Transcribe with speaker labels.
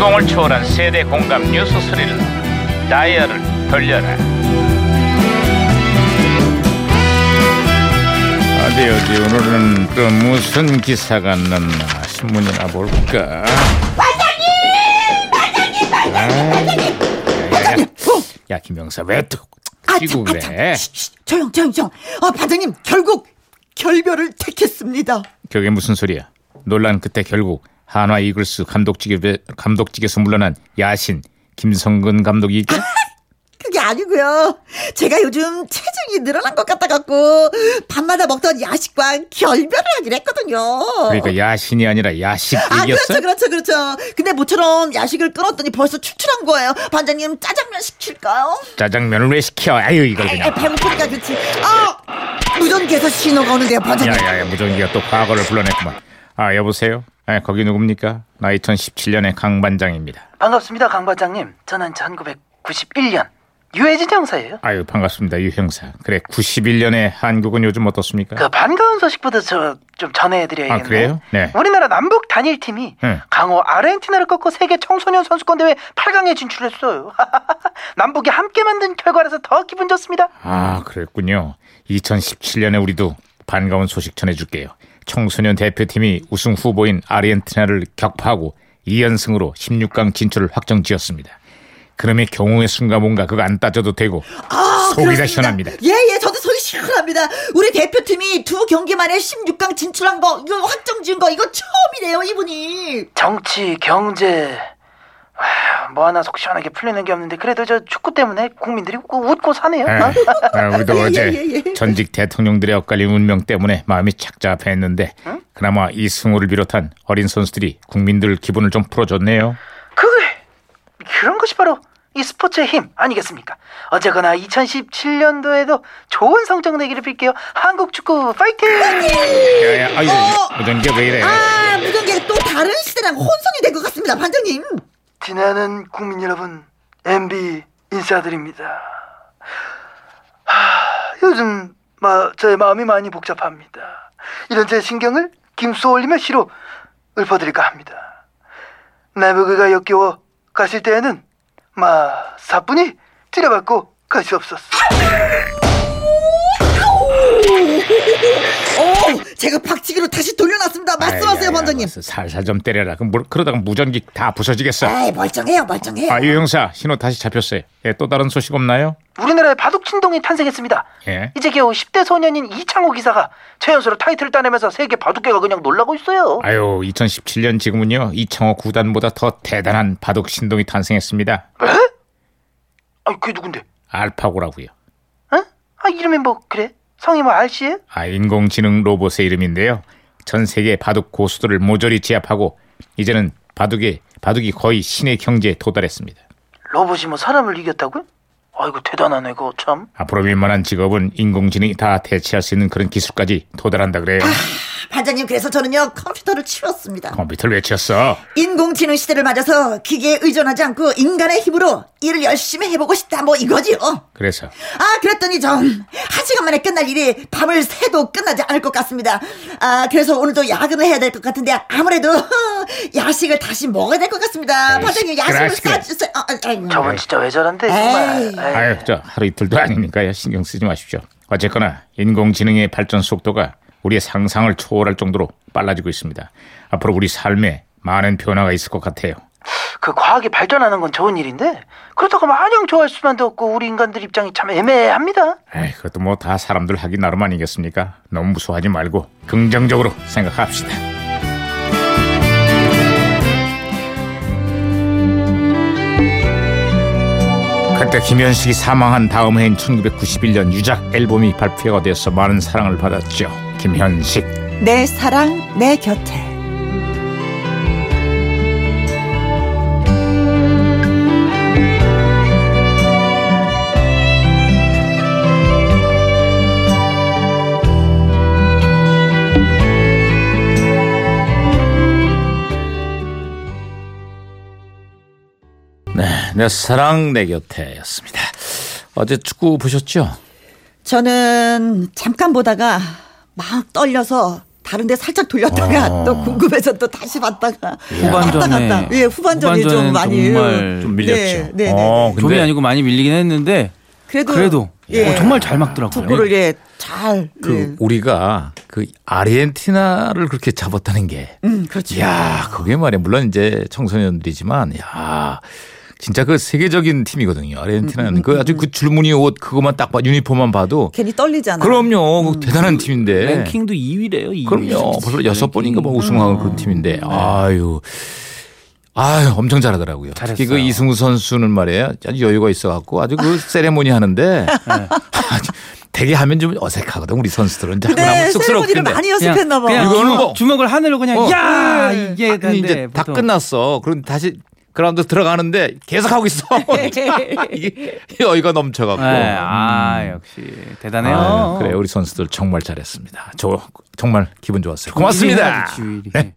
Speaker 1: 공을 초월한 세대 공감 뉴스 스릴러 다이얼을 돌려라 어디 어디 오늘은 또 무슨 기사가 났나 신문이나 볼까 반장님! 반장님! 반장님! 아, 야 김영사 왜또
Speaker 2: 아,
Speaker 1: 뛰고
Speaker 2: 참, 아,
Speaker 1: 그래
Speaker 2: 참. 쉿, 쉿, 조용, 조용, 조용. 아, 반장님, 결국 결별을 택했습니다.
Speaker 1: 그게 무슨 소리야? 논란 그때 결국 한화 이글스 감독직에 감독직에서 물러난 야신 김성근 감독이 있고
Speaker 2: 그게 아니고요. 제가 요즘 체중이 늘어난 것 같아 갖고 밤마다 먹던 야식과 결별을 하기로 했거든요.
Speaker 1: 그러니까 야신이 아니라 야식
Speaker 2: 아,
Speaker 1: 얘기였어?
Speaker 2: 그렇죠, 그렇죠, 그렇죠. 근데 모처럼 야식을 끊었더니 벌써 출출한 거예요. 반장님, 짜장면 시킬까요?
Speaker 1: 짜장면을 왜 시켜? 아유 이걸
Speaker 2: 에,
Speaker 1: 그냥
Speaker 2: 배고프니까 그렇지. 아, 무전기에서 신호가 오는데요, 반장님.
Speaker 1: 야야야 무전기가 또 과거를 불러냈구만 아 여보세요? 아, 거기 누굽니까? 나 2017년의 강 반장입니다
Speaker 3: 반갑습니다, 강 과장님. 저는 1991년 유해진 형사예요.
Speaker 1: 아유 반갑습니다 유 형사 그래 91년의 한국은 요즘 어떻습니까?
Speaker 3: 그 반가운 소식부터 저 좀 전해드려야겠네요.
Speaker 1: 아, 그래요? 네.
Speaker 3: 우리나라 남북 단일팀이
Speaker 1: 응.
Speaker 3: 강호 아르헨티나를 꺾고 세계 청소년 선수권 대회 8강에 진출했어요. 남북이 함께 만든 결과라서 더 기분 좋습니다.
Speaker 1: 아, 그랬군요. 2017년에 우리도 반가운 소식 전해줄게요. 청소년 대표팀이 우승 후보인 아르헨티나를 격파하고 2연승으로 16강 진출을 확정지었습니다. 그놈의 경우의 순간 뭔가 그거 안 따져도 되고
Speaker 2: 아,
Speaker 1: 속이 다
Speaker 2: 그렇습니다.
Speaker 1: 시원합니다.
Speaker 2: 예, 예, 저도 속이 시원합니다. 우리 대표팀이 두 경기만에 16강 진출한 거, 이거 확정 지은 거, 이거 처음이네요, 이분이.
Speaker 3: 정치, 경제 하, 뭐 하나 속 시원하게 풀리는 게 없는데 그래도 저 축구 때문에 국민들이 웃고, 웃고 사네요. 어?
Speaker 1: 아, 아, 우리도
Speaker 2: 예, 예,
Speaker 1: 어제
Speaker 2: 예, 예.
Speaker 1: 전직 대통령들의 엇갈린 운명 때문에 마음이 착잡했는데
Speaker 2: 어?
Speaker 1: 그나마 이승우를 비롯한 어린 선수들이 국민들 기분을 좀 풀어줬네요.
Speaker 3: 그래 그런 것이 바로 이 스포츠의 힘 아니겠습니까? 어쨌거나 2017년도에도 좋은 성적 내기를 빌게요. 한국 축구 파이팅!
Speaker 1: 야야, 아유,
Speaker 2: 어!
Speaker 1: 무전기가 왜 이래?
Speaker 2: 아, 무전기가 또 다른 시대랑 혼선이 된 것 같습니다, 반장님.
Speaker 3: 지나는 국민 여러분, MB 인사드립니다. 하, 요즘 마, 저의 마음이 많이 복잡합니다. 이런 제 신경을 김수 올림의 시로 읊어드릴까 합니다. 나무가 역겨워 가실 때에는 마 사뿐히 찌려받고 가시옵소서.
Speaker 2: 오, 제가 박치기로 다시 돌려놨습니다. 말씀하세요,
Speaker 1: 아이야야, 예,
Speaker 2: 반장님.
Speaker 1: 벌써 살살 좀 때려라. 그럼 뭐, 그러다가 무전기 다 부서지겠어.
Speaker 2: 아이, 멀쩡해요, 멀쩡해요.
Speaker 1: 아, 유 형사 신호 다시 잡혔어요. 예, 또 다른 소식 없나요?
Speaker 3: 우리나라에 바둑 진동이 탄생했습니다.
Speaker 1: 예.
Speaker 3: 이제 겨우 10대 소년인 이창호 기사가 최연소로 타이틀을 따내면서 세계 바둑계가 그냥 놀라고 있어요.
Speaker 1: 아유, 2017년 지금은요 이창호 구단보다 더 대단한 바둑 신동이 탄생했습니다.
Speaker 3: 아니 그게 누군데?
Speaker 1: 알파고라고요.
Speaker 3: 응? 아 이름이 뭐 그래? 성이 뭐 알씨예요?
Speaker 1: 아, 인공지능 로봇의 이름인데요. 전 세계 바둑 고수들을 모조리 제압하고 이제는 바둑이 바둑이 거의 신의 경지에 도달했습니다.
Speaker 3: 로봇이 뭐 사람을 이겼다고요? 아이고 대단하네 그거 참.
Speaker 1: 앞으로 웬만한 직업은 인공지능이 다 대체할 수 있는 그런 기술까지 도달한다 그래요.
Speaker 2: 아, 반장님, 그래서 저는요, 컴퓨터를 치웠습니다.
Speaker 1: 컴퓨터를 외쳤어.
Speaker 2: 인공지능 시대를 맞아서 기계에 의존하지 않고 인간의 힘으로 일을 열심히 해보고 싶다, 뭐 이거지요.
Speaker 1: 그래서
Speaker 2: 아, 그랬더니 전 한 시간 만에 끝날 일이 밤을 새도 끝나지 않을 것 같습니다. 아, 그래서 오늘도 야근을 해야 될 것 같은데 아무래도 야식을 다시 먹어야 될 것 같습니다.
Speaker 1: 에이,
Speaker 2: 반장님 야식을
Speaker 1: 시끄러워,
Speaker 2: 싸주세요. 아, 아, 아이고.
Speaker 3: 저분 진짜 외절한데
Speaker 2: 에이.
Speaker 3: 정말. 에이.
Speaker 1: 네. 아유, 저 하루 이틀도 아니니까요. 신경 쓰지 마십시오. 어쨌거나 인공지능의 발전 속도가 우리의 상상을 초월할 정도로 빨라지고 있습니다. 앞으로 우리 삶에 많은 변화가 있을 것 같아요.
Speaker 3: 그 과학이 발전하는 건 좋은 일인데 그렇다고 마냥 좋아할 수만도 없고 우리 인간들 입장이 참 애매합니다.
Speaker 1: 에이, 그것도 뭐 다 사람들 하기 나름 아니겠습니까? 너무 무서워하지 말고 긍정적으로 생각합시다. 그때 김현식이 사망한 다음 해인 1991년 유작 앨범이 발표가 돼서 많은 사랑을 받았죠. 김현식.
Speaker 2: 내 사랑 내 곁에
Speaker 1: 내 사랑 내 곁에였습니다. 어제 축구 보셨죠?
Speaker 2: 저는 잠깐 보다가 막 떨려서 다른 데 살짝 돌렸다가
Speaker 1: 어.
Speaker 2: 또 궁금해서 또 다시 봤다가
Speaker 4: 후반전에-
Speaker 2: 왔다 갔다. 예, 후반전에 좀
Speaker 4: 후반전에는
Speaker 2: 많이
Speaker 4: 정말
Speaker 1: 좀 밀렸죠.
Speaker 2: 네, 네, 네.
Speaker 1: 어, 근데
Speaker 4: 좀이 아니고 많이 밀리긴 했는데
Speaker 2: 그래도
Speaker 4: 그래도
Speaker 2: 예.
Speaker 4: 어, 정말 잘 막더라고요.
Speaker 2: 축구를 예, 잘
Speaker 1: 그
Speaker 2: 예.
Speaker 1: 우리가 그 아르헨티나를 그렇게 잡았다는 게
Speaker 2: 음, 그렇죠.
Speaker 1: 야, 그게 말이야. 물론 이제 청소년들이지만, 야, 진짜 그 세계적인 팀이거든요.
Speaker 2: 음,
Speaker 1: 아르헨티나는 그 아주 그 줄무늬 옷 그것만 딱 봐, 유니폼만 봐도
Speaker 2: 괜히 떨리잖아.
Speaker 1: 그럼요, 그 대단한 팀인데.
Speaker 4: 랭킹도 2위래요. 2위.
Speaker 1: 그럼요, 벌써 여섯 번인가 뭐
Speaker 2: 음.
Speaker 1: 우승한
Speaker 4: 아.
Speaker 1: 그런 팀인데, 아유. 아유, 엄청 잘하더라고요. 특히 그
Speaker 4: 잘했어요.
Speaker 1: 이승우 선수는 말이에요. 아주 여유가 있어갖고 아주 그 세레모니 하는데 아주 되게 하면 좀 어색하거든. 우리 선수들은. 이제 하고 나면
Speaker 2: 네, 세레모니를
Speaker 1: 쑥스럽겠네.
Speaker 2: 많이
Speaker 4: 그냥-
Speaker 2: 연습했나 예. 봐.
Speaker 4: 그냥
Speaker 1: 이거는
Speaker 4: 주먹-
Speaker 1: 뭐-
Speaker 4: 주먹을 하늘로 그냥
Speaker 1: 어.
Speaker 4: 야 이게
Speaker 1: 아니, 이제
Speaker 4: 근데
Speaker 1: 다
Speaker 4: 보통-
Speaker 1: 끝났어. 그럼 다시 그라운드 들어가는데 계속 하고 있어. 이게 여유가 넘쳐갖고.
Speaker 4: 네, 아 역시 대단해요.
Speaker 1: 아, 그래 우리 선수들 정말 잘했습니다. 저 정말 기분 좋았어요. 고맙습니다.
Speaker 4: 지휘리.
Speaker 1: 네.